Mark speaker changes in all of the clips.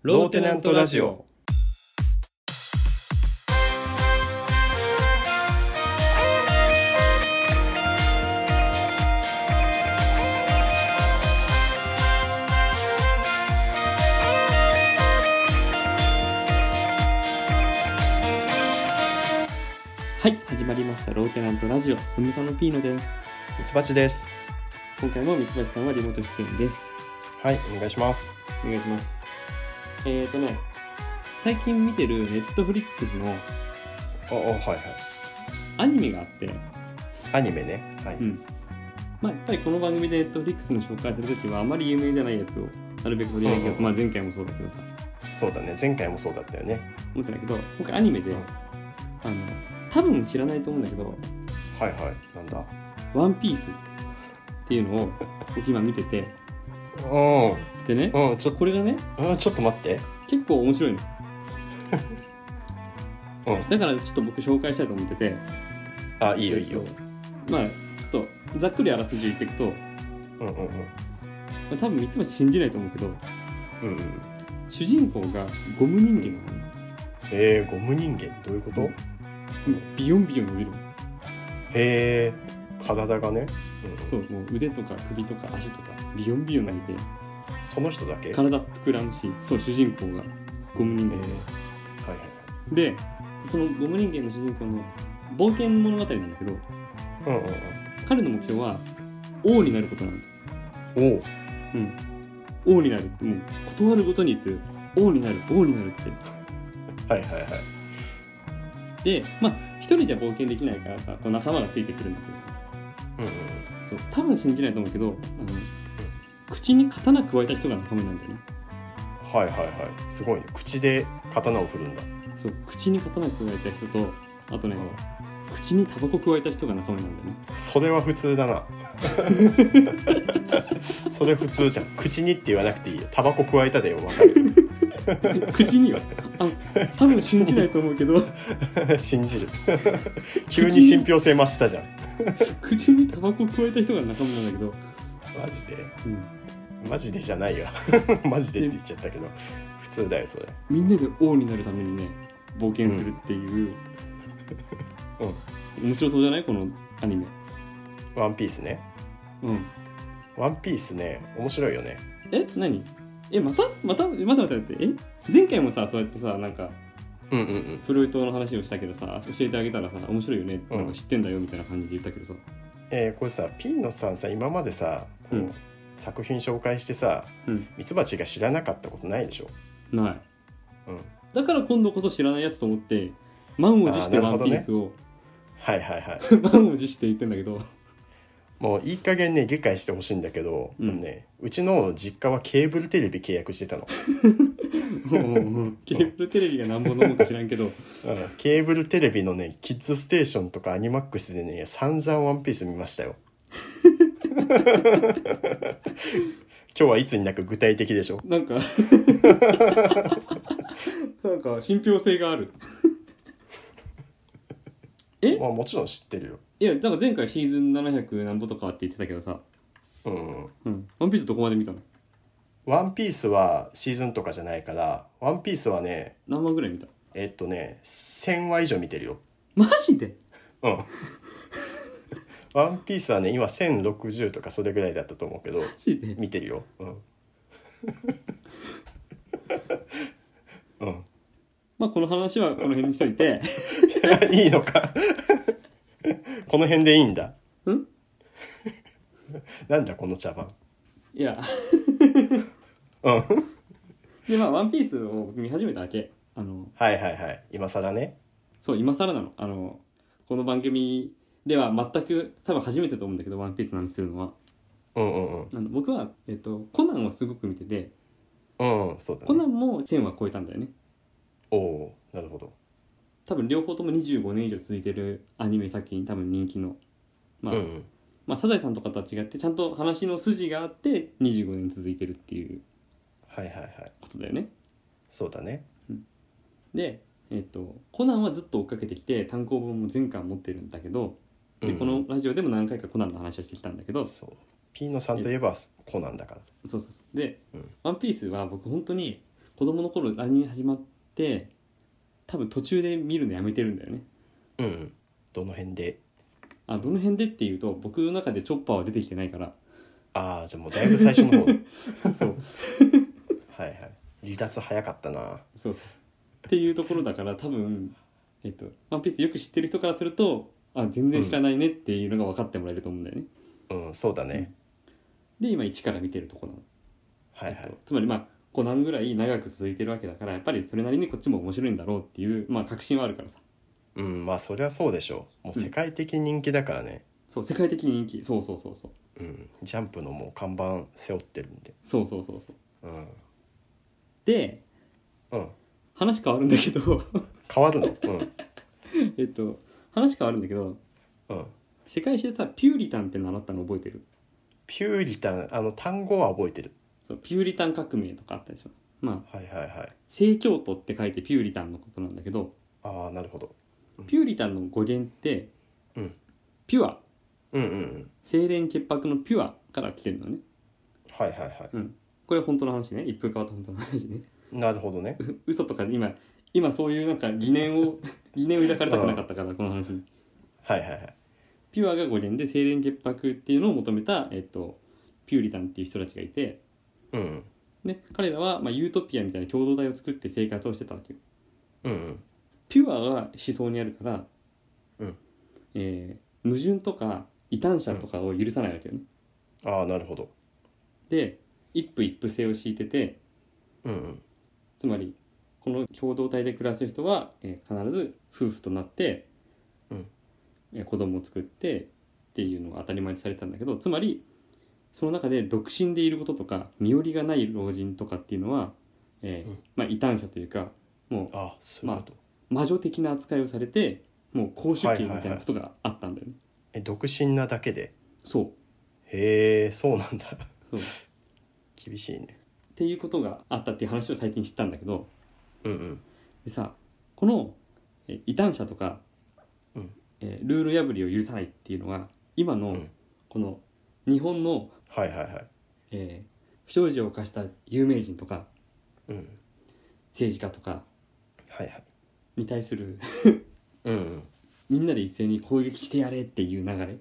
Speaker 1: ローテナントラジオ。
Speaker 2: はい始まりましたローテナントラジオふみさんのピーノです
Speaker 1: ミツバチです。
Speaker 2: 今回も三橋さんはリモート出演です
Speaker 1: はい、お願いします。
Speaker 2: お願いしますえーとね最近見てるネットフリックスの
Speaker 1: おお、はいはい。
Speaker 2: アニメがあって
Speaker 1: アニメね。はい。
Speaker 2: うんまあやっぱりこの番組でネットフリックスの紹介するときはあまり有名じゃないやつをなるべく取り上げよう
Speaker 1: うん
Speaker 2: と、まあ前回もそうだけどさ
Speaker 1: そうだね。前回もそうだったよね。
Speaker 2: 思ってたけど僕アニメで、
Speaker 1: うん
Speaker 2: あの多分知らないと思うんだけど
Speaker 1: はいはい。なんだ。
Speaker 2: 「ワンピースっていうのを僕今見てて
Speaker 1: う
Speaker 2: でね
Speaker 1: ん。うん、ちょっ
Speaker 2: これがね
Speaker 1: と、うん、ちょっと待って。
Speaker 2: 結構面白いの
Speaker 1: うん。
Speaker 2: だからちょっと僕紹介したいと思ってて
Speaker 1: あ、いいよいいよ。
Speaker 2: まあちょっとざっくりあらすじ言っていくと、ま
Speaker 1: うんうんうん。
Speaker 2: あ、多分三橋信じないと思うけど
Speaker 1: うんうん。
Speaker 2: 主人公がゴム人間なのね
Speaker 1: えー、ゴム人間どういうこと
Speaker 2: ビヨンビヨン伸びるの
Speaker 1: へえ、体がね。うん、
Speaker 2: そうもう腕とか首とか足とかビヨンビヨン伸びて
Speaker 1: その人だけ
Speaker 2: 体膨らむしそう主人公がゴム
Speaker 1: え
Speaker 2: 人
Speaker 1: ー、は
Speaker 2: 間
Speaker 1: いは
Speaker 2: でそのゴム人間の主人公の冒険物語なんだけど
Speaker 1: い。うんうん
Speaker 2: 彼の目標は王になることなの
Speaker 1: うん。おう
Speaker 2: うん王になるってもう断るごとに言ってる王になる王になるって
Speaker 1: はいはいはい。
Speaker 2: でまあ一人じゃ冒険できないからさこう仲間がついてくるんだけどさ
Speaker 1: うんうん
Speaker 2: そう多分信じないと思うけどあの口に刀加えた人が仲間なんだよね
Speaker 1: うん。はいはいはい。すごいね。口で刀を振るんだ。
Speaker 2: そう口に刀加えた人とあとね、
Speaker 1: うん
Speaker 2: 口にタバコ加えた人が仲間なんだよね
Speaker 1: それは普通だ なそれ普通じゃん口にって言わなくていいよタバコ加えたでよわかる
Speaker 2: 口にはあ多分信じないと思うけど
Speaker 1: 信じる急に信憑性増したじゃん
Speaker 2: 口にタバコ加えた人が仲間なんだけど、
Speaker 1: マジで
Speaker 2: うん、
Speaker 1: マジでじゃないよ マジでって言っちゃったけど普通だよそれ
Speaker 2: みんなで王になるためにね冒険するっていう、面白そうじゃないこのアニメ
Speaker 1: ワンピースね
Speaker 2: うん
Speaker 1: ワンピースね面白いよね
Speaker 2: え何えまたまたまたまたってえ前回もさそうやってさなんか
Speaker 1: うんうんうん
Speaker 2: フロイトの話をしたけどさ教えてあげたらさ面白いよね、
Speaker 1: うん
Speaker 2: なんか知ってんだよみたいな感じで言ったけどさ
Speaker 1: えーこれさピンのさんさ今までさこう、
Speaker 2: うん
Speaker 1: 作品紹介してさ
Speaker 2: うん
Speaker 1: ミツバチが知らなかったことないでしょ、
Speaker 2: ない
Speaker 1: うん、
Speaker 2: だから今度こそ知らないやつと思って満を持して
Speaker 1: あーな
Speaker 2: ワ
Speaker 1: る
Speaker 2: ン
Speaker 1: ほ
Speaker 2: ピ
Speaker 1: どね
Speaker 2: ースを、
Speaker 1: はいはいはい
Speaker 2: 満を持して言ってんだけど
Speaker 1: もういい加減ね理解してほしいんだけど、
Speaker 2: うん
Speaker 1: あのね、うちの実家はケーブルテレビ契約してたの、
Speaker 2: ケーブルテレビがなんぼのもんか知らんけど
Speaker 1: うんケーブルテレビのねキッズステーションとかアニマックスでね散々ワンピース見ましたよ 今日はいつになく具体的でしょ
Speaker 2: なん かなんか信憑性があるえ
Speaker 1: まあもちろん知ってるよ
Speaker 2: いやだから前回シーズン700何ぼとかって言ってたけどさ、
Speaker 1: うんうん
Speaker 2: うん、ワンピースどこまで見たの
Speaker 1: ワンピースはシーズンとかじゃないからワンピースはね
Speaker 2: 何話ぐらい見た
Speaker 1: えっとね1000話以上見てるよ
Speaker 2: マジで
Speaker 1: うん ワンピースはね今1060とかそれぐらいだったと思うけど
Speaker 2: マジで
Speaker 1: 見てるよ。うん。 うん、
Speaker 2: まあこの話はこの辺にしといて
Speaker 1: いいのか。 この辺でいいんだ。
Speaker 2: ん
Speaker 1: なんだこの茶番。
Speaker 2: いや
Speaker 1: うん。
Speaker 2: でまあ「ワンピースを見始めたわけあの
Speaker 1: はいはいはい。今更ね。
Speaker 2: そう今更なのあのこの番組では全く多分初めてと思うんだけど「ワンピースの話するのは
Speaker 1: うんうん
Speaker 2: あの僕は、えっとコナンはすごく見てて
Speaker 1: うん。うん、そうだ
Speaker 2: コナ
Speaker 1: ね。
Speaker 2: ンも1000は超えたんだよね
Speaker 1: おおー、なるほど。
Speaker 2: 多分両方とも25年以上続いてるアニメ作品多分人気のまあ、
Speaker 1: うんうん。
Speaker 2: まあサザエさんとかとは違ってちゃんと話の筋があって25年続いてるっていう
Speaker 1: はいはいはい。
Speaker 2: ことだよね
Speaker 1: そうだね。
Speaker 2: で、えっとコナンはずっと追っかけてきて単行本も全巻持ってるんだけどで、
Speaker 1: うん
Speaker 2: このラジオでも何回かコナンの話をしてきたんだけどそ
Speaker 1: そう。ピーノさんといえばコナンだから。
Speaker 2: うそうそうで、
Speaker 1: うん
Speaker 2: ワンピースは僕本当に子供の頃アニメ始まって多分途中で見るのやめてるんだよね
Speaker 1: うんうんどの辺で
Speaker 2: あどの辺でっていうと僕の中でチョッパーは出てきてないから
Speaker 1: ああじゃあもうだいぶ最初の方
Speaker 2: そう
Speaker 1: はいはい離脱早かったな
Speaker 2: そうそうっていうところだから多分「えっと、ワンピースよく知ってる人からするとあ全然知らないねっていうのが分かってもらえると思うんだよね、
Speaker 1: うんそうだね、
Speaker 2: で今1から見てるとこなの、
Speaker 1: はいは
Speaker 2: えっ
Speaker 1: い
Speaker 2: とつまりまあコナンぐらい長く続いてるわけだからやっぱりそれなりにこっちも面白いんだろうっていうまあ確信はあるからさ
Speaker 1: うんまあそりゃそうでしょうもう世界的人気だからね、
Speaker 2: そう世界的に人気そうそうそうそう
Speaker 1: うんジャンプのもう看板背負ってるんで
Speaker 2: そうそうそうそう
Speaker 1: うん、
Speaker 2: で
Speaker 1: うん、
Speaker 2: 話変わるんだけど
Speaker 1: 変わるのうん
Speaker 2: えっと話変わるんだけど
Speaker 1: うん
Speaker 2: 世界史でさピューリタンって習ったの覚えてる
Speaker 1: ピューリタンあの単語は覚えてる
Speaker 2: そうピューリタン革命とかあったでしょまあ
Speaker 1: はいはいはい
Speaker 2: 正教徒って書いてピューリタンのことなんだけど
Speaker 1: ああなるほど
Speaker 2: ピューリタンの語源って、
Speaker 1: うん
Speaker 2: ピュア
Speaker 1: うんうんうん
Speaker 2: 清廉潔白のピュアから来てるのね
Speaker 1: はいはいは
Speaker 2: これ本当の話ね一風変わった本当の話ね
Speaker 1: いなるほどね
Speaker 2: 嘘とか今今そういうなんか疑念を 疑念を抱かれたくなかったからこの話に
Speaker 1: はいはいはい
Speaker 2: ピュアが語源で清廉潔白っていうのを求めた、えっと、ピューリタンっていう人たちがいて
Speaker 1: うん
Speaker 2: で彼らは、まあ、ユートピアみたいな共同体を作って生活をしてたわけよ
Speaker 1: うんうん
Speaker 2: ピュアは思想にあるから、
Speaker 1: うん
Speaker 2: えー矛盾とか異端者とかを許さないわけよね、
Speaker 1: ああなるほど
Speaker 2: で一夫一夫制を敷いてて
Speaker 1: うんうん
Speaker 2: つまりこの共同体で暮らす人は、えー必ず夫婦となって、
Speaker 1: うん
Speaker 2: えー子供を作ってっていうのが当たり前にされてたんだけどつまりその中で独身でいることとか身寄りがない老人とかっていうのは、えー
Speaker 1: うん
Speaker 2: まあ、異端者というかも
Speaker 1: ああそういうこと、
Speaker 2: う魔女的な扱いをされてもう公主権みたいなことがあったんだよね。
Speaker 1: え独身なだけで
Speaker 2: そう
Speaker 1: へえそうなんだ
Speaker 2: そうっ
Speaker 1: 厳しいね
Speaker 2: ていうことがあったっていう話を最近知ったんだけど、
Speaker 1: うんうん
Speaker 2: でさこのえー異端者とか、
Speaker 1: うん
Speaker 2: えールール破りを許さないっていうのが今
Speaker 1: う
Speaker 2: の
Speaker 1: ん
Speaker 2: この日本の、
Speaker 1: はいはいはい
Speaker 2: えー不祥事を犯した有名人とか
Speaker 1: うん
Speaker 2: 政治家とか
Speaker 1: はいはい
Speaker 2: に対する
Speaker 1: うんうん
Speaker 2: みんなで一斉に攻撃してやれっていう流れ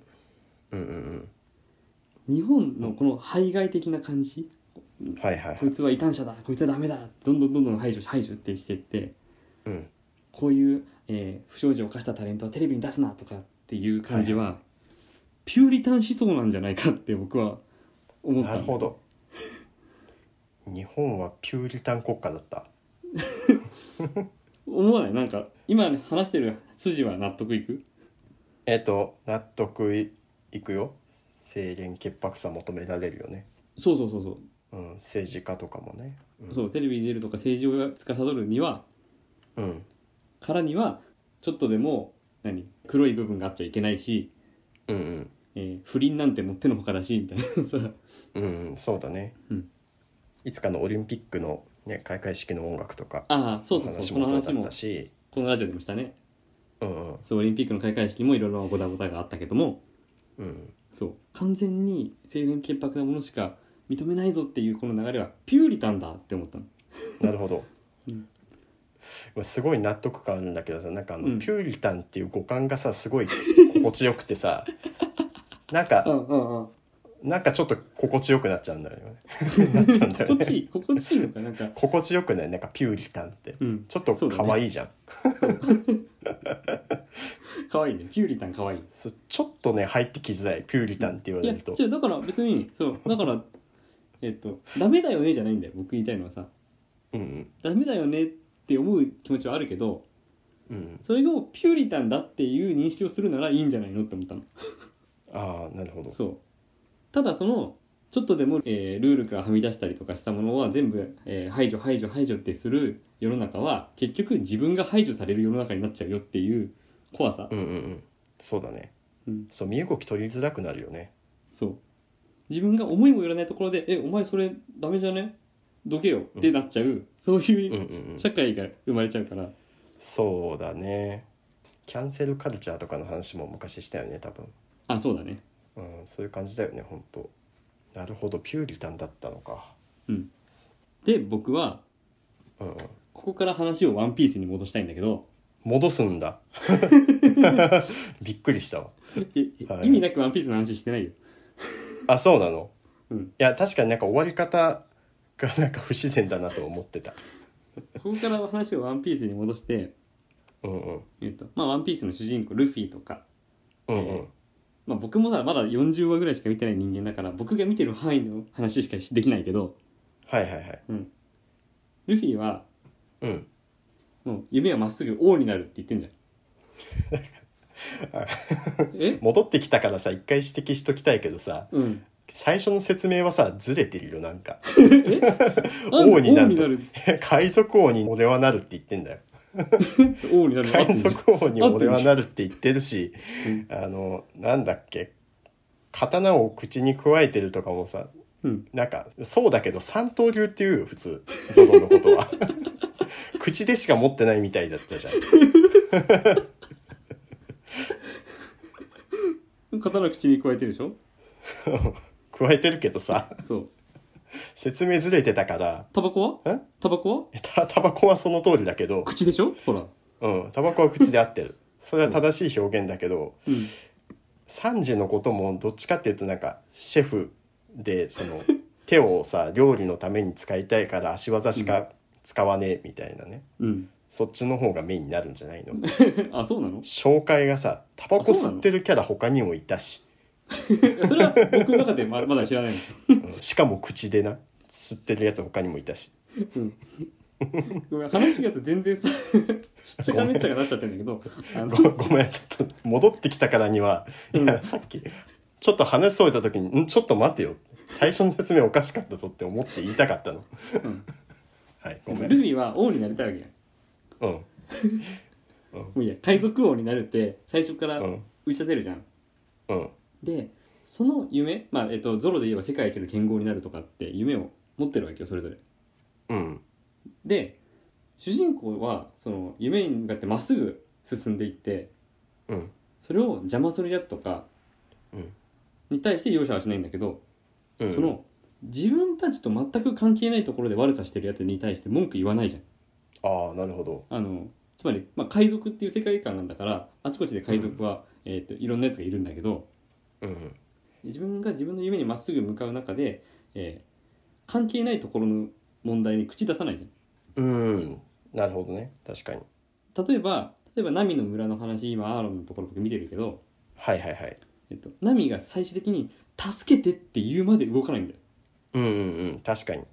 Speaker 1: うんうん
Speaker 2: 日本のこの排外的な感じ、
Speaker 1: うんはいはい
Speaker 2: こいつは異端者だこいつはダメだどんどんどんどん排除排除ってしてって
Speaker 1: うん
Speaker 2: こういう、えー不祥事を犯したタレントはテレビに出すなとかっていう感じは、ピューリタン思想なんじゃないかって僕は思った
Speaker 1: なるほど日本はピューリタン国家だった
Speaker 2: 思わないなんか今話してる筋は納得いく
Speaker 1: えっ、と納得いいくよ清廉潔白さ求められるよね、
Speaker 2: そうそうそうそう,、
Speaker 1: うん、政治家とかもねうん
Speaker 2: そうテレビに出るとか政治を司るには
Speaker 1: うん
Speaker 2: からにはちょっとでも何黒い部分があっちゃいけないし、
Speaker 1: うんうん
Speaker 2: えー不倫なんてもってのほかだしみたいな さ
Speaker 1: うんうんそうだね、
Speaker 2: うん
Speaker 1: いつかのオリンピックの、ね、開会式の音楽とか
Speaker 2: ああそうそうそう
Speaker 1: 話
Speaker 2: その
Speaker 1: も
Speaker 2: 話
Speaker 1: だっ
Speaker 2: も
Speaker 1: たし
Speaker 2: このラジオでもしたね
Speaker 1: うんうん
Speaker 2: そうオリンピックの開会式もいろいろなごたごたがあったけども
Speaker 1: うん
Speaker 2: そう完全に清廉潔白なものしか認めないぞっていうこの流れはピューリタンだって思ったの
Speaker 1: なるほど、
Speaker 2: うん
Speaker 1: すごい納得感あるんだけどさなんかあの、
Speaker 2: うん
Speaker 1: ピューリタンっていう五感がさすごい心地よくて さなんか
Speaker 2: んうんうん
Speaker 1: なんかちょっと心地よくなっちゃうんだよ ねなっちゃうんだよ
Speaker 2: 心地い
Speaker 1: ね
Speaker 2: い心地いいのかなんか
Speaker 1: 心地よくないなんかピューリタンって
Speaker 2: うん
Speaker 1: ちょっと
Speaker 2: そうだ
Speaker 1: 可
Speaker 2: ね
Speaker 1: 愛いじゃん
Speaker 2: 可愛いねピューリタン可愛い
Speaker 1: そう、ちょっとね入ってきづらいピューリタンって言わ
Speaker 2: い
Speaker 1: れ
Speaker 2: や
Speaker 1: ると
Speaker 2: 違うだから別にそうだからえっとダメだよねじゃないんだよ僕言いたいのはさ
Speaker 1: うんうん
Speaker 2: ダメだよねって思う気持ちはあるけど
Speaker 1: うん
Speaker 2: それをピューリタンだっていう認識をするならいいんじゃないのって思ったの
Speaker 1: ああなるほど
Speaker 2: そうただそのちょっとでも、えールールからはみ出したりとかしたものは全部、えー排除排除排除ってする世の中は結局自分が排除される世の中になっちゃうよっていう怖さ、
Speaker 1: うんうんうんそうだね、
Speaker 2: うん
Speaker 1: そう身動き取りづらくなるよね
Speaker 2: そう自分が思いもよらないところで「えお前それダメじゃねどけよ」ってなっちゃう、そう
Speaker 1: うんう
Speaker 2: い
Speaker 1: ん
Speaker 2: う
Speaker 1: うん
Speaker 2: 社会が生まれちゃうから、
Speaker 1: そうだねキャンセルカルチャーとかの話も昔したよね多分、
Speaker 2: あそうだね
Speaker 1: うん、そういう感じだよね本当なるほどピューリタンだったのか
Speaker 2: で僕はこから話をワンピースに戻したいんだけど、
Speaker 1: 戻すんだ びっくりしたわ
Speaker 2: え
Speaker 1: はい
Speaker 2: 意味なくワンピースの話してないよ。
Speaker 1: あそうなの、
Speaker 2: うん
Speaker 1: いや確かになんか終わり方がなんか不自然だなと思ってた
Speaker 2: ここから話をワンピースに戻して、
Speaker 1: うんうん
Speaker 2: えっと、まあ、ワンピースの主人公ルフィとか、
Speaker 1: うんう
Speaker 2: え
Speaker 1: ん
Speaker 2: まあ、僕もさ、まだ40話ぐらいしか見てない人間だから、僕が見てる範囲の話しかできないけど、
Speaker 1: はいはいはい
Speaker 2: ルフィは、
Speaker 1: うん
Speaker 2: もう、夢はまっすぐ王になるって言ってん じ
Speaker 1: あ
Speaker 2: ゃん。え
Speaker 1: 戻ってきたからさ一回指摘しときたいけどさ
Speaker 2: うん。
Speaker 1: 最初の説明はさずれてるよなんか
Speaker 2: なんで
Speaker 1: 王になる
Speaker 2: 王になる。
Speaker 1: 海賊王に俺はなるって言ってんだよ
Speaker 2: 王になるの合って
Speaker 1: 海
Speaker 2: んじゃん。
Speaker 1: 賊王に俺はなるって言ってるし、あのなんだっけ刀を口にくわえてるとかもさ
Speaker 2: うん。
Speaker 1: なんかそうだけど三刀流っていうよ普通ゾロのことは 口でしか持ってないみたいだったじゃん
Speaker 2: 刀口に加えてるでしょ
Speaker 1: 加えてるけどさ
Speaker 2: そう。
Speaker 1: 説明ずれてたから
Speaker 2: タバコは
Speaker 1: ん
Speaker 2: タバコは
Speaker 1: えたタバコはその通りだけど、
Speaker 2: 口でしょほら。
Speaker 1: うん、タバコは口で合ってるそれは正しい表現だけど
Speaker 2: うん。
Speaker 1: サンジのこともどっちかっていうとなんかシェフでそ の手をさ料理のために使いたいから足技しか使わねえみたいなね、
Speaker 2: うん。
Speaker 1: そっちの方がメインになるんじゃないの
Speaker 2: あ、そうなの
Speaker 1: 紹介がさタバコ
Speaker 2: あそうな
Speaker 1: 吸
Speaker 2: の
Speaker 1: ってるキャラ他にもいたし、
Speaker 2: それは僕の中でままだ知らないの。
Speaker 1: うんしかも口でな吸ってるやつ他にもいたし
Speaker 2: ごめん、話が全然さ、 しっちゃかめっちゃかなっちゃってんだけど、あの
Speaker 1: ご、 ごめんちょっと戻ってきたからには、いや さっきちょっと話し添えた時に「んちょっと待てよ最初の説明おかしかったぞ」って思って言いたかったの、
Speaker 2: ん
Speaker 1: はいごめん
Speaker 2: ルフィは王になりたいわけやん。
Speaker 1: うん
Speaker 2: もういいや、海賊王になるって最初から
Speaker 1: うん
Speaker 2: 打ち立てるじゃん。
Speaker 1: うん
Speaker 2: で、その夢、まあ、えっと、ゾロで言えば世界一の剣豪になるとかって夢を持ってるわけよ、それぞれ。
Speaker 1: うん
Speaker 2: で、主人公は、その、夢に向かってまっすぐ進んでいって、
Speaker 1: うん
Speaker 2: それを邪魔するやつとか
Speaker 1: うん
Speaker 2: に対して容赦はしないんだけど、
Speaker 1: うん
Speaker 2: その自分たちと全く関係ないところで悪さしてるやつに対して文句言わないじゃん
Speaker 1: ああなるほど
Speaker 2: あのつまり、まあ、海賊っていう世界観なんだからあちこちで海賊は、えー、といろんなやつがいるんだけど
Speaker 1: うん
Speaker 2: 自分が自分の夢にまっすぐ向かう中で、えー関係ないところの問題に口出さないじ
Speaker 1: うんなるほどね確かに
Speaker 2: ゃん例えば例えばナミの村の話今アーロンのところ僕見てるけど、
Speaker 1: はいはいはい
Speaker 2: えっとナミが最終的に「助けて」って言うまで動かないんだよ
Speaker 1: うんうんうん確かに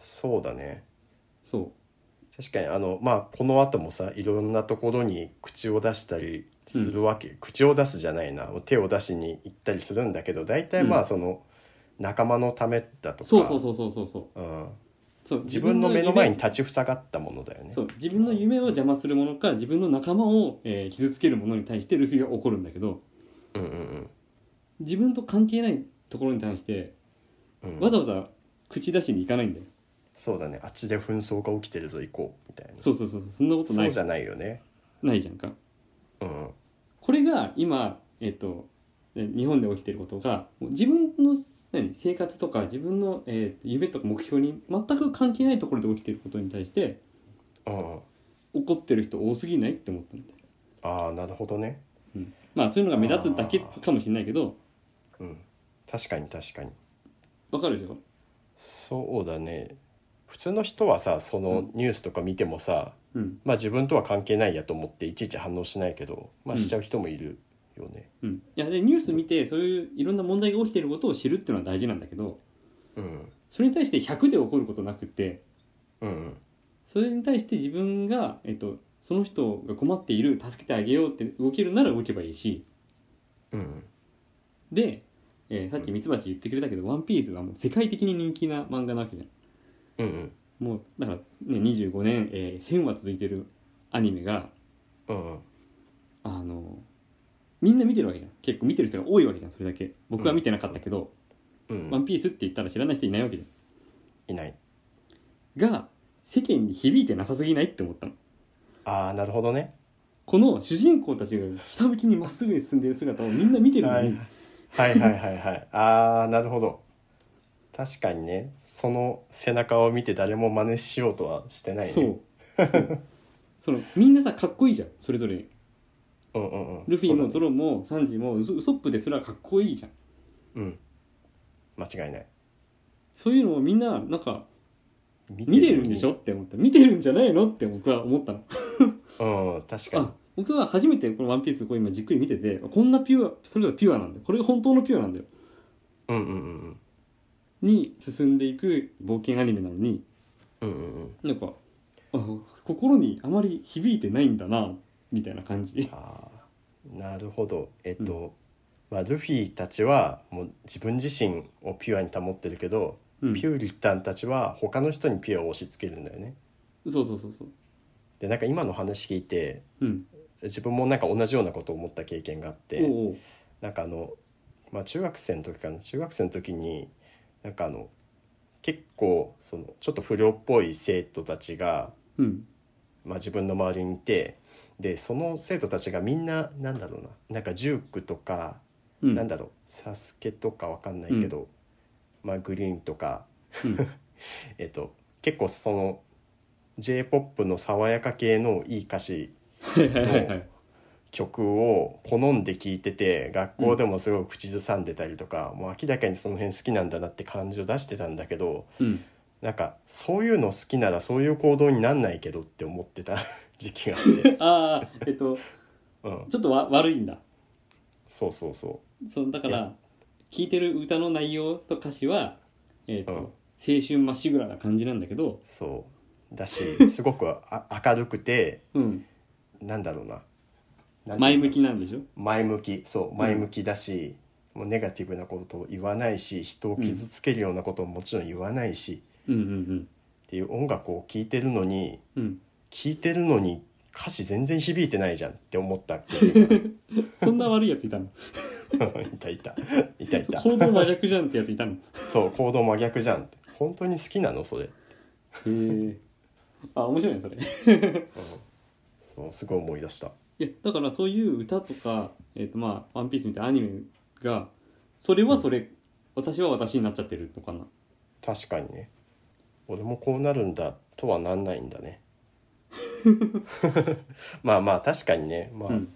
Speaker 1: そうだね
Speaker 2: そ
Speaker 1: 確かにあのまあこの後もさいろんなところに口を出したりするわけ、口を出すじゃないな手を出しに行ったりするんだけど大体ま
Speaker 2: う
Speaker 1: あその、仲間のためだとか
Speaker 2: うそうそうそうそうそうそう
Speaker 1: うん、
Speaker 2: そう
Speaker 1: 自分の目の前
Speaker 2: に
Speaker 1: に立ちふさがったものだよね
Speaker 2: そう自分の夢を邪魔するものか自分の仲間を、えー傷つけるものに対してルフィは怒るんだけど
Speaker 1: うんうん
Speaker 2: 自分と関係ないところに対して
Speaker 1: うんうん
Speaker 2: わざわざ口出しに行かないんだよ、
Speaker 1: そうだねあっちで紛争が起きてるぞ行こうみたいな
Speaker 2: そうそうそうそうそんなことな
Speaker 1: そう
Speaker 2: い
Speaker 1: じゃないよね
Speaker 2: ないじゃんか
Speaker 1: うんうん
Speaker 2: これが今えっ、とえ日本で起きてることがもう自分の何生活とか自分の、えー夢とか目標に全く関係ないところで起きてることに対して
Speaker 1: うんうん
Speaker 2: 怒ってる人多すぎないって思ったんだよ、
Speaker 1: ああなるほどね
Speaker 2: うん、まあそういうのが目立つだけかもしれないけど
Speaker 1: うん確かに確かに
Speaker 2: わかるでしょ
Speaker 1: そうだね普通の人はさそうの
Speaker 2: ん
Speaker 1: ニュースとか見てもさ、
Speaker 2: うん
Speaker 1: まあ自分とは関係ないやと思っていちいち反応しないけどまあ
Speaker 2: うん
Speaker 1: しちゃう人もいるよね
Speaker 2: うん、いやでニュース見てそういういろんな問題が起きていることを知るっていうのは大事なんだけど
Speaker 1: うん
Speaker 2: それに対して100で起こることなくて
Speaker 1: うんうん
Speaker 2: それに対して自分が、えっと、その人が困っている助けてあげようって動けるなら動けばいいし
Speaker 1: うん
Speaker 2: で、えーさっきミツバチ言ってくれたけど「ワンピースはもう世界的に人気な漫画なわけじゃ
Speaker 1: うんうん
Speaker 2: んもうだから、ね、25年、えー1000話続いてるアニメが
Speaker 1: うんうん
Speaker 2: あのみんな見てるわけじゃん結構見てる人が多いわけじゃんそれだけ僕は見てなかったけど
Speaker 1: う
Speaker 2: 「
Speaker 1: ん
Speaker 2: ワンピースって言ったら知らない人いないわけじゃん
Speaker 1: いない
Speaker 2: が世間に響いてなさすぎないって思ったの
Speaker 1: ああなるほどね
Speaker 2: この主人公たちがひたむきにまっすぐに進んでいる姿をみんな見てるの
Speaker 1: は
Speaker 2: に、
Speaker 1: いはいはいはい はいああなるほど確かにねその背中を見て誰も真似しようとはしてないね
Speaker 2: そうそのみんなさかっこいいじゃんそれぞれ
Speaker 1: うんうんうん
Speaker 2: ルフィも
Speaker 1: そ
Speaker 2: ゾ
Speaker 1: うだね
Speaker 2: ロもサンジもウソウソップですらかっこいいじゃん
Speaker 1: うん間違いない
Speaker 2: そういうのをみんななんか
Speaker 1: 見
Speaker 2: 見てるんでしょって思った見てるんじゃないのって僕は思ったの
Speaker 1: うん確かに
Speaker 2: あ僕は初めてこの「ワンピースこう今じっくり見ててこんなピュアそれがピュアなんだよこれが本当のピュアなんだよ
Speaker 1: うんうんうん
Speaker 2: に進んでいく冒険アニメなのに
Speaker 1: うんうんうんうん
Speaker 2: なんかあ心にあまり響いてないんだなみたいな感じ
Speaker 1: あーなるほどえっと、まあ、ルフィたちはもう自分自身をピュアに保ってるけど、
Speaker 2: うん
Speaker 1: ピューリタンたちは他の人にピュアを押し付けるんだよね
Speaker 2: そうそうそうそう
Speaker 1: でなんか今の話聞いて
Speaker 2: うん
Speaker 1: 自分もなんか同じようなことを思った経験があって
Speaker 2: おうおう
Speaker 1: なんかあの、まあ、中学生の時かな中学生の時になんかあの結構そのちょっと不良っぽい生徒たちが、
Speaker 2: うん
Speaker 1: まあ、自分の周りにいてでその生徒たちがみんななんだろうななんかジュークとか
Speaker 2: うん
Speaker 1: なんだろう「サスケとかわかんないけど、まあグリーンとか、
Speaker 2: うん
Speaker 1: えっと、結構その j p o p の爽やか系のいい歌詞
Speaker 2: はいはいはいはい
Speaker 1: 曲を好んで聴いてて学校でもすごく口ずさんでたりとか、もう明らかにその辺好きなんだなって感じを出してたんだけど
Speaker 2: うん
Speaker 1: なんかそういうの好きならそういう行動になんないけどって思ってた 時期があ って、
Speaker 2: ああえっと
Speaker 1: うん、
Speaker 2: ちょっとわ悪いんだ
Speaker 1: そうそうそ
Speaker 2: そのだか
Speaker 1: い
Speaker 2: ら聴いてる歌の内容と歌詞は、えーと
Speaker 1: うん
Speaker 2: 青春まっしぐらな感じなんだけど、
Speaker 1: うそうだしすごくあ 明るくて
Speaker 2: うん、
Speaker 1: なんだろうななんて
Speaker 2: 前
Speaker 1: いうの
Speaker 2: 向きなんでしょ
Speaker 1: 前向きそう前向きだし、もうネガティブなことを言わないし人を傷つけるようなことももちろん言わないし、
Speaker 2: うんうん
Speaker 1: っていう音楽を聴いてるのに
Speaker 2: うん
Speaker 1: 聴いてるのに歌詞全然響いてないじゃんって思ったっていう
Speaker 2: うんそんな悪いやついた の
Speaker 1: か いたいたいたいた
Speaker 2: 行動真逆じゃんってやついた のへ
Speaker 1: そう行動真逆じゃんって本当に好きなのそれ、
Speaker 2: えあ面白いねそれ
Speaker 1: うんそうすごい思い出した
Speaker 2: いやだからそういう歌とか「えーとまあ、ワンピースみたいなアニメがそれはそれ、私は私になっちゃってるのかな
Speaker 1: 確かにね俺もこうなるんだとはなんないんだ ねまあまあ確かにねまあ、
Speaker 2: うん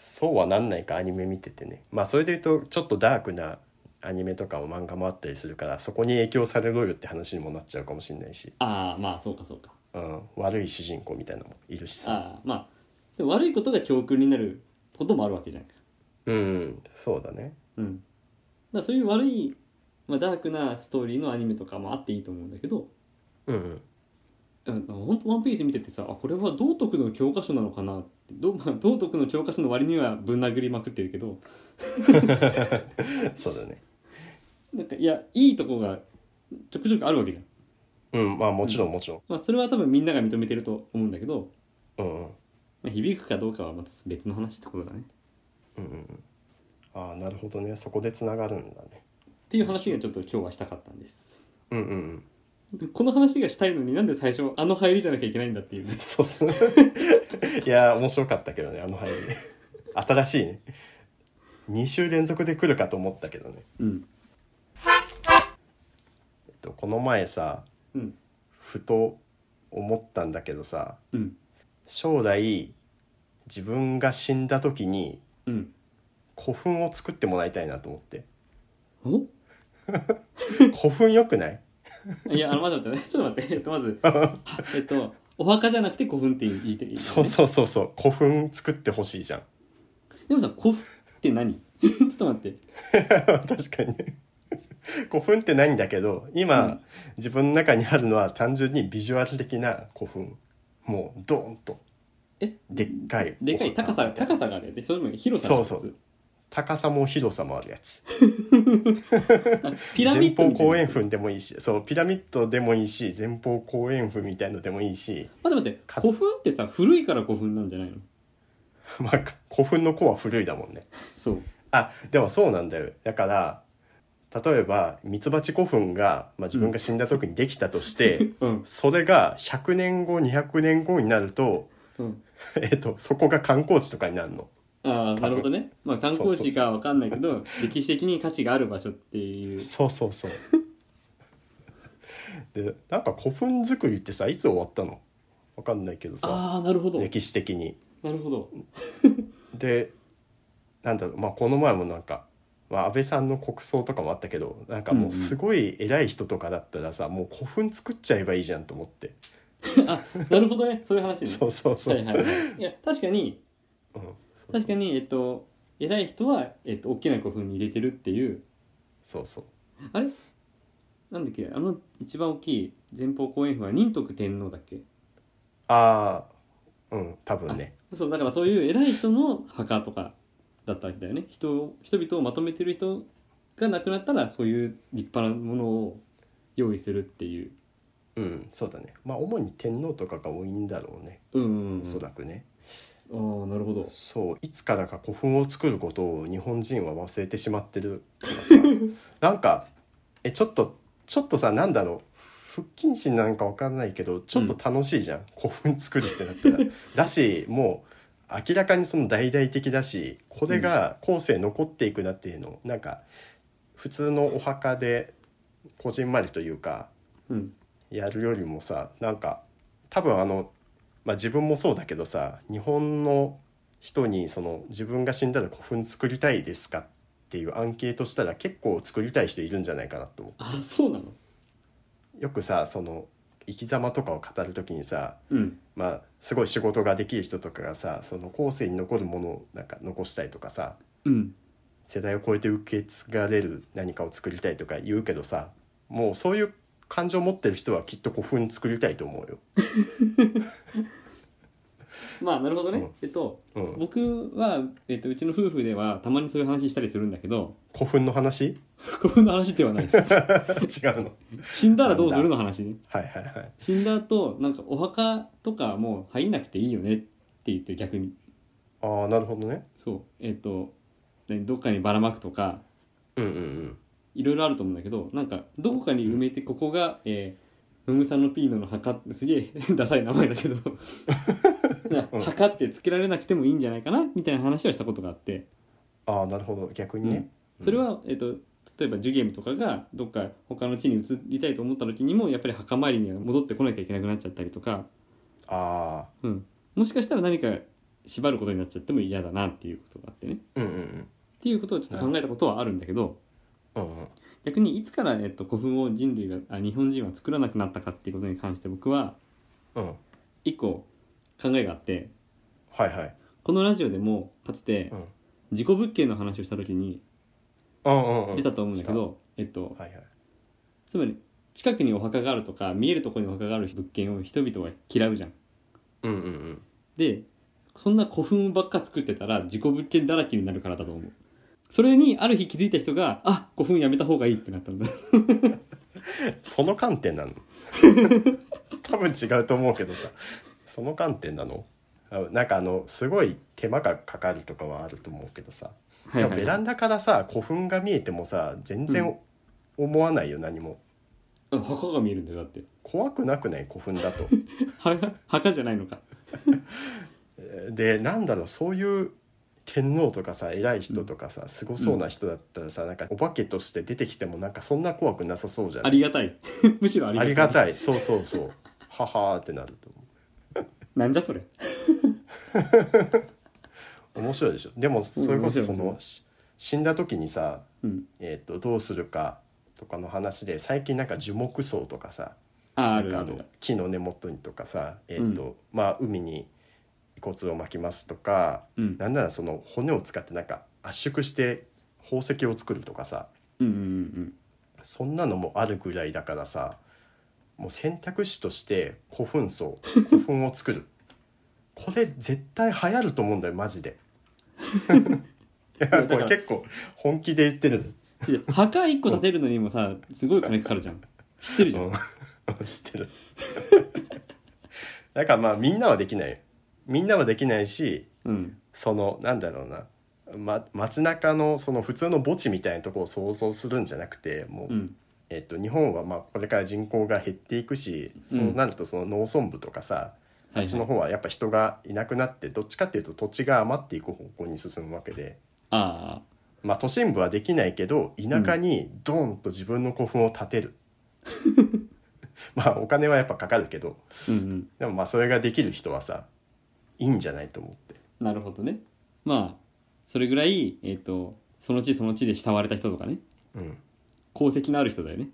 Speaker 1: そうはなんないかアニメ見ててねまあそれで言うとちょっとダークなアニメとかも漫画もあったりするからそこに影響されろよって話にもなっちゃうかもしれないし、
Speaker 2: ああまあそうかそうか
Speaker 1: うん、悪い主人公みたいなのもいるしさ
Speaker 2: ああまあでも悪いことが教訓になることもあるわけじゃないか
Speaker 1: うんそうだね
Speaker 2: うん、だからそういう悪い、まあ、ダークなストーリーのアニメとかもあっていいと思うんだけど
Speaker 1: うんうん
Speaker 2: うん本当ワンピース見ててさあこれは道徳の教科書なのかなってど、まあ、道徳の教科書の割にはぶん殴りまくってるけど
Speaker 1: そうだね
Speaker 2: なんかいやいいとこがちょくちょくあるわけじゃん、
Speaker 1: うんまあもちろんもちろん
Speaker 2: まあ、それは多分みんなが認めてると思うんだけど、
Speaker 1: うんうん
Speaker 2: まあ、響くかどうかはまた別の話ってことだね
Speaker 1: うんうんうんああなるほどねそこでつながるんだね
Speaker 2: っていう話がちょっと今日はしたかったんです
Speaker 1: うんうんうん
Speaker 2: この話がしたいのになんで最初あの入りじゃなきゃいけないんだっていうね
Speaker 1: そう そう。いやー、面白かったけどね、あの入り。新しいね。2週連続で来るかと思ったけどね。
Speaker 2: うん
Speaker 1: えっと、この前さ、
Speaker 2: うん
Speaker 1: ふと思ったんだけどさ、
Speaker 2: うん
Speaker 1: 将来、自分が死んだ時に
Speaker 2: うん
Speaker 1: 古墳を作ってもらいたいなと思 って。
Speaker 2: お
Speaker 1: 古墳良くない
Speaker 2: いや、あの、まず待って、 ちょっと待って、えっと、まず、えっと、お墓じゃなくて古墳って言っていい、
Speaker 1: そうそうそうそう、古墳作ってほしいじゃん。
Speaker 2: でもさ、古墳って何 ちょっと待って。
Speaker 1: 確かにね古墳ってないんだけど今、
Speaker 2: うん
Speaker 1: 自分の中にあるのは単純にビジュアル的な古墳もうドーンと
Speaker 2: え
Speaker 1: でっかい
Speaker 2: でかい高さ、高さがあるやつ。それも広さがあるやつ。
Speaker 1: そうそう高さも広さもあるやつ
Speaker 2: あピラミッド
Speaker 1: 前
Speaker 2: み
Speaker 1: 方
Speaker 2: たいな
Speaker 1: 後円墳でもいいしそうピラミッドでもいいし前方後円墳みたいのでもいいし、
Speaker 2: 待って待って、
Speaker 1: か
Speaker 2: 古墳ってさ、古いから古墳なんじゃないの
Speaker 1: まあ、古墳の子は古いだもんね
Speaker 2: そう。
Speaker 1: あでもそうなんだよだから例えばミツバチ古墳が、まあ、自分が死んだ時にできたとして、
Speaker 2: うん。
Speaker 1: それが100年後200年後になると
Speaker 2: うん。
Speaker 1: えっと、そこが観光地とかになるの。
Speaker 2: ああ、なるほどね。まあ、観光地かわかんないけど、歴史的に価値がある場所っていう。
Speaker 1: そうそう そう。で、なんか古墳作りってさ、いつ終わったのわかんないけどさ
Speaker 2: ああなるほどな
Speaker 1: 歴史的に
Speaker 2: るほど
Speaker 1: でなんだろう、まあ、この前もなんか、まあ、安倍さんの国葬とかもあったけどなんかもうすごい偉い人とかだったらさ、もう古墳作っちゃえばいいじゃんと思って
Speaker 2: あなるほどねそういう話 ね
Speaker 1: そうそうそう、
Speaker 2: はいはいはいいや確かに
Speaker 1: うんそう
Speaker 2: 確かにえっと偉い人は、えっと、大きな古墳に入れてるっていう
Speaker 1: そうそう
Speaker 2: あれなんだっけあの一番大きい前方後円墳は仁徳天皇だっけ
Speaker 1: ああうん多分ね
Speaker 2: そうだからそういう偉い人の墓とかだったわけだよね人を人々をまとめてる人が亡くなったらそういう立派なものを用意するっていう
Speaker 1: うんそうだねまあ主に天皇とかが多いんだろうね、
Speaker 2: うんうん、うん、
Speaker 1: おそらくね
Speaker 2: ああなるほど
Speaker 1: そういつからか古墳を作ることを日本人は忘れてしまってるから さなんかえちょっとちょっとさなんだろう腹筋心なんかわかんないけどちょっと楽しいじゃん、古墳作るってなっ たらだしもう明らかにその大々的だしこれが後世残っていくなっていうの、なんか普通のお墓でこじんまりというか
Speaker 2: うん
Speaker 1: やるよりもさなんか多分あの、まあ、自分もそうだけどさ日本の人にその自分が死んだら古墳作りたいですかっていうアンケートしたら結構作りたい人いるんじゃないかなと思
Speaker 2: あそうなの
Speaker 1: うよくさその生き様とかを語る時にさ
Speaker 2: うん
Speaker 1: まあすごい仕事ができる人とかがさその後世に残るものをなんか残したいとかさ
Speaker 2: うん
Speaker 1: 世代を超えて受け継がれる何かを作りたいとか言うけどさもうそういう感情を持ってる人はきっと古墳作りたいと思うよ。
Speaker 2: まあなるほどね、
Speaker 1: うん
Speaker 2: えっと
Speaker 1: うん、
Speaker 2: 僕は、えっと、うちの夫婦ではたまにそういう話したりするんだけど
Speaker 1: 古墳の話
Speaker 2: 古墳の話ではないです
Speaker 1: 違うの
Speaker 2: 死んだらどうするの話ね
Speaker 1: はいはいはい
Speaker 2: 死んだ後なんかお墓とかもう入んなくていいよねって言って逆に
Speaker 1: ああなるほどね
Speaker 2: そうえっ、と何どっかにばらまくとか
Speaker 1: うんうんうん
Speaker 2: いろいろあると思うんだけどなんかどこかに埋めてここが、えー、ムムさんのピーノの墓ってすげえ ダサい名前だけどな
Speaker 1: うん
Speaker 2: 墓ってつけられなくてもいいんじゃないかなみたいな話はしたことがあって
Speaker 1: ああなるほど逆にね、
Speaker 2: それは、えっと例えばジュゲームとかがどっか他の地に移りたいと思った時にもやっぱり墓参りには戻ってこなきゃいけなくなっちゃったりとか、
Speaker 1: ああ
Speaker 2: うん、もしかしたら何か縛ることになっちゃっても嫌だなっていうことがあってねっ
Speaker 1: うんうん
Speaker 2: ていうことをちょっと考えたことはあるんだけど、
Speaker 1: うんうんうん
Speaker 2: 逆にいつから、えっと、古墳を人類があ日本人は作らなくなったかっていうことに関して僕は
Speaker 1: うん
Speaker 2: 一個考えがあって
Speaker 1: はいはい
Speaker 2: このラジオでもかつて
Speaker 1: うん
Speaker 2: 事故物件の話をした時に
Speaker 1: うんうんうん
Speaker 2: 出たと思うんだけど、えっと、
Speaker 1: はいはい
Speaker 2: つまり近くにお墓があるとか見えるところにお墓がある物件を人々は嫌うじゃん。
Speaker 1: うんうんうん
Speaker 2: でそんな古墳ばっか作ってたら事故物件だらけになるからだと思う。それにある日気づいた人があ古墳やめた方がいいってなったんだ。
Speaker 1: その観点なの 多分違うと思うけどさその観点なのあなんかあのすごい手間がかかるとかはあると思うけどさ、
Speaker 2: はいはい
Speaker 1: でもベ
Speaker 2: は
Speaker 1: ラ
Speaker 2: い
Speaker 1: ンダからさ古墳が見えてもさ全
Speaker 2: う
Speaker 1: 然思わないよ、何も
Speaker 2: うん墓が見えるんだよだって。
Speaker 1: 怖くなくない古墳だと
Speaker 2: 墓墓じゃないのか。
Speaker 1: でなんだろうそういう天皇とかさ偉い人とかさ、すごそうな人だったらさなんかお化けとして出てきてもなんかそんな怖くなさそうじゃ
Speaker 2: あ
Speaker 1: ない
Speaker 2: りがたい。 むしろあり
Speaker 1: あ
Speaker 2: がたい。
Speaker 1: りがたいそうそうそうははーってなると思
Speaker 2: なんじゃそれ。
Speaker 1: う面白いでしょでもそれこそ
Speaker 2: 面白い
Speaker 1: その、し死んだ時にさ、
Speaker 2: うん。
Speaker 1: えー、とどうするかとかの話で最近なんか樹木葬とかさ
Speaker 2: ああ
Speaker 1: なん
Speaker 2: る
Speaker 1: か
Speaker 2: あ
Speaker 1: あ
Speaker 2: る
Speaker 1: の。木の根元にとかさ、えーとまあ、海に遺骨を巻きますとか
Speaker 2: うん。
Speaker 1: なんならその骨を使ってなんか圧縮して宝石を作るとかさ
Speaker 2: うんうんうん
Speaker 1: そんなのもあるぐらいだからさもう選択肢として古墳葬古墳を作る これ絶対流行ると思うんだよマジで い
Speaker 2: い
Speaker 1: や
Speaker 2: やだか
Speaker 1: こ
Speaker 2: ら
Speaker 1: れ結構本気で言ってる
Speaker 2: うん。墓一個建てるのにもさ、すごい金かかるじゃん。知ってるじゃん。
Speaker 1: うん 知ってるだからまあみんなはできないみんなはできないし
Speaker 2: うん。
Speaker 1: そのなんだろうな、ま、街中のその普通の墓地みたいなところを想像するんじゃなくてもう、
Speaker 2: うん。
Speaker 1: えっと、日本はまあこれから人口が減っていくし、
Speaker 2: うん
Speaker 1: そうなるとその農村部とかさ
Speaker 2: はい、
Speaker 1: そっちの
Speaker 2: はい。
Speaker 1: 方はやっぱ人がいなくなってどっちかっていうと土地が余っていく方向に進むわけで、
Speaker 2: あ
Speaker 1: まあ、都心部はできないけど田舎にドーンと自分の古墳を建てる、 まあお金はやっぱかかるけど
Speaker 2: うんうん
Speaker 1: でもまあそれができる人はさいいんじゃないと思って
Speaker 2: なるほどねまあそれぐらいえっ、とその地その地で慕われた人とかね
Speaker 1: うん
Speaker 2: 功績のある人だよね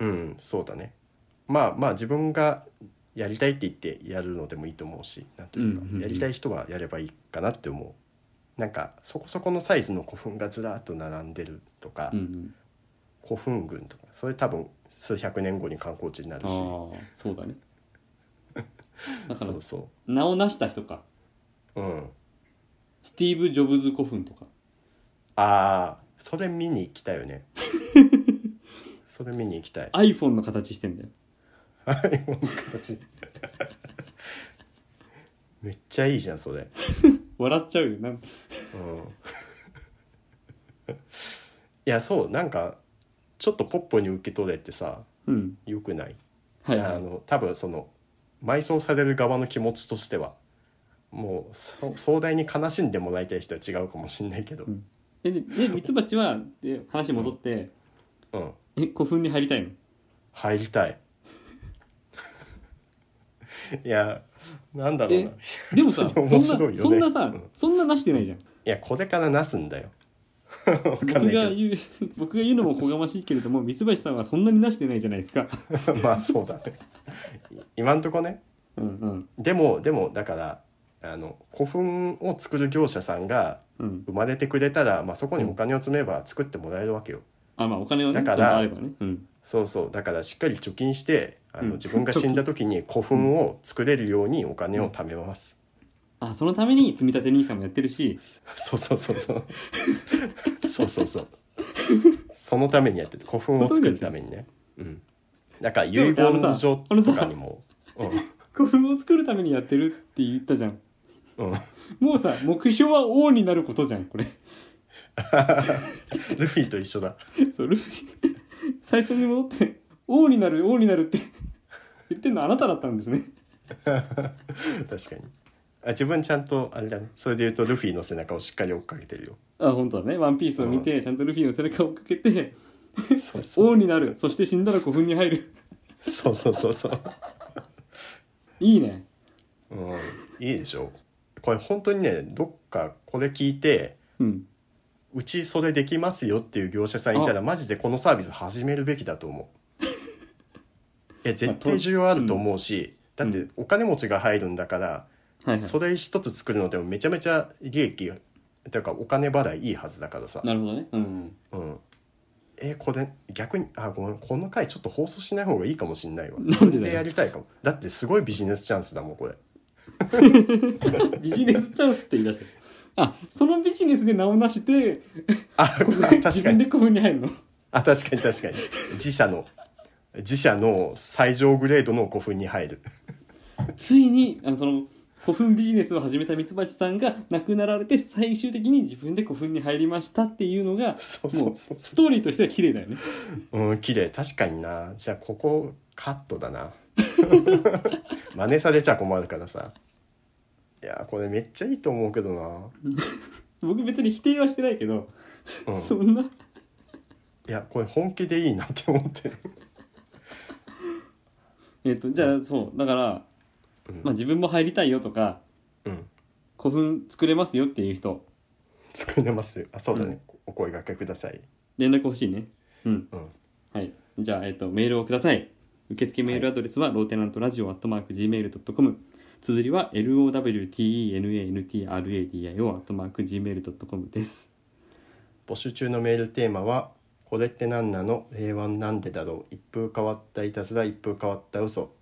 Speaker 1: うんそうだねまあまあ自分がやりたいって言ってやるのでもいいと思うしなんというか、
Speaker 2: うんうんうん
Speaker 1: やりたい人はやればいいかなって思うなんかそこそこのサイズの古墳がずらっと並んでるとか、
Speaker 2: うんうん
Speaker 1: 古墳群とかそれ多分数百年後に観光地にな
Speaker 2: あ
Speaker 1: る
Speaker 2: あ
Speaker 1: し
Speaker 2: そ うだねだか
Speaker 1: そ
Speaker 2: ら
Speaker 1: うそ
Speaker 2: 名を成した人か
Speaker 1: ううん
Speaker 2: スティーブ・ジョブズ古墳とか
Speaker 1: ああそれ見に行きたいよねそれ見に行きたい
Speaker 2: iPhone の形してんだよ
Speaker 1: はいもう形めっちゃいいじゃんそれ
Speaker 2: 笑っちゃうよなん
Speaker 1: うんいやそうなんかちょっとポップに受け取れてさ
Speaker 2: うん
Speaker 1: よくない、
Speaker 2: はい、
Speaker 1: あの多分その埋葬される側の気持ちとしてはもうそ壮大に悲しんでもらいたい人は違うかもしんないけど、
Speaker 2: でででミツバチはで話戻って、
Speaker 1: うん、
Speaker 2: え古墳に入りたいの
Speaker 1: 入りたいいやなんだろうな
Speaker 2: えでもさ
Speaker 1: 普通に
Speaker 2: そん
Speaker 1: 面
Speaker 2: な
Speaker 1: 白いよね
Speaker 2: そんなさ、
Speaker 1: うん
Speaker 2: そんななしてないじゃん
Speaker 1: いやこれからなすんだよわかん
Speaker 2: 僕
Speaker 1: ない
Speaker 2: が
Speaker 1: け
Speaker 2: 言う 僕が言うのもおこがましいけれどもミツバチさんはそんなになしてないじゃないですか
Speaker 1: ど まあそうだね今んとこね
Speaker 2: うんうん
Speaker 1: でもでもだからあの古墳を作る業者さんが
Speaker 2: うん
Speaker 1: 生まれてくれたら、まあ、そこにお金を詰めば作ってもらえるわけよ、
Speaker 2: あまあお金はね
Speaker 1: だ
Speaker 2: ち
Speaker 1: か
Speaker 2: ゃ
Speaker 1: ら
Speaker 2: んとあればねうん
Speaker 1: そうそうだからしっかり貯金してあ
Speaker 2: うん
Speaker 1: の自分が死んだ時に古墳を作れるようにお金を貯めます、
Speaker 2: あそのために積み立て兄さんもやってるし
Speaker 1: そうそうそうそうそうそうそうそのためにやってて古墳を作るためにねうんだから遺言書とかにもう
Speaker 2: 古墳を作るためにやってるって言ったじゃん
Speaker 1: ん、うん、
Speaker 2: もうさ目標は王になることじゃんこれ
Speaker 1: ルフィと一緒だ
Speaker 2: そうルフィ最初に戻って王になる王になるって 言ってんのあなただったんですね
Speaker 1: 確かにあ自分ちゃんとあれだねそれで言うとルフィの背中をしっかり追っかけてるよ
Speaker 2: あ本当だね「ワンピースを見てちゃんとルフィの背中を追っかけて
Speaker 1: そうそう
Speaker 2: 王になるそして死んだら古墳に入る
Speaker 1: そうそうそうそう、
Speaker 2: いいね
Speaker 1: うん、いいでしょこれ本当にねどっかこれ聞いて
Speaker 2: うん
Speaker 1: うちそれできますよっていう業者さんいたらマジでこのサービス始めるべきだと思 ういや絶対需要あると思うし、
Speaker 2: まあと
Speaker 1: だってお金持ちが入るんだから、
Speaker 2: はいはい
Speaker 1: それ一つ作るのでもめちゃめちゃ利益というかお金払いいいはずだからさ、
Speaker 2: なるほどねうん
Speaker 1: うん、えこれ逆にあごめんこの回ちょっと放送しない方がいいかもしんないわ
Speaker 2: なんで
Speaker 1: で
Speaker 2: だ
Speaker 1: や
Speaker 2: よ
Speaker 1: りたいかもだってすごいビジネスチャンスだもんこれ
Speaker 2: ビジネスチャンスって言い出してあそのビジネスで名を成して
Speaker 1: あ 確
Speaker 2: 古
Speaker 1: か
Speaker 2: 墳
Speaker 1: に
Speaker 2: 自分で古墳に入るの
Speaker 1: あ確かに確かに自社の自社の最上グレードの古墳に入る
Speaker 2: ついにあのその古墳ビジネスを始めたミツバチさんが亡くなられて最終的に自分で古墳に入りましたっていうのが
Speaker 1: そうそ
Speaker 2: も
Speaker 1: う
Speaker 2: う
Speaker 1: そう
Speaker 2: ストーリーとしては綺麗だよね
Speaker 1: うん綺麗確かになじゃあここカットだ な真似されちゃ困るからさいやこれめっちゃいいと思うけどな、
Speaker 2: 僕別に否定はしてないけど、
Speaker 1: うん、
Speaker 2: そんない
Speaker 1: やこれ本気でいいなって思ってる、
Speaker 2: えっ、とじゃあそうだから、
Speaker 1: うん
Speaker 2: まあ、自分も入りたいよとか
Speaker 1: うん、
Speaker 2: 古墳作れますよっていう人
Speaker 1: 作れますよあそうだね、お声掛けください
Speaker 2: 連絡欲しいねうん、
Speaker 1: うん
Speaker 2: はいじゃあ、えっとメールをください受付メールアドレスは、ローテナントラジオアットマーク Gmail.com 綴りは LOWTENANTRADIO アットマーク Gmail.com です
Speaker 1: 募集中のメールテーマは「これって何なの令和なんでだろう一風変わったいたずら一風変わった嘘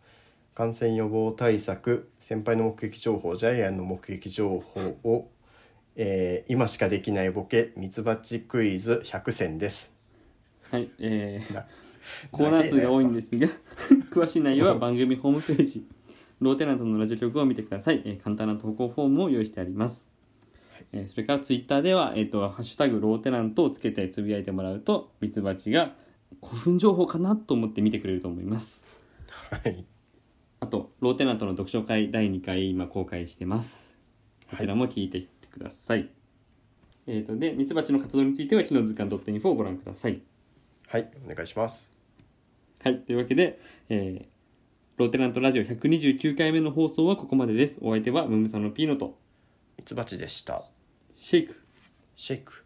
Speaker 1: 感染予防対策先輩の目撃情報ジャイアンの目撃情報を、えー今しかできないボケミツバチクイズ100選です
Speaker 2: はいえー
Speaker 1: な
Speaker 2: コーナー数が多いんですが詳しい内容は番組ホームページローテナントのラジオ局を見てください、えー簡単な投稿フォームを用意してあります、えーそれからツイッターでは、えーと「ハッシュタグローテナント」をつけてつぶやいてもらうとミツバチが古墳情報かなと思って見てくれると思います
Speaker 1: はい
Speaker 2: あとローテナントの読書会第2回今公開してますこちらも聞いていってください、えーとでミツバチの活動については「木の図鑑 .info」をご覧ください
Speaker 1: はいお願いします
Speaker 2: はい、というわけで、えーローテナントラジオ129回目の放送はここまでです。お相手はムムサノピーノと
Speaker 1: ミツバチでした
Speaker 2: シェイク。
Speaker 1: シェイク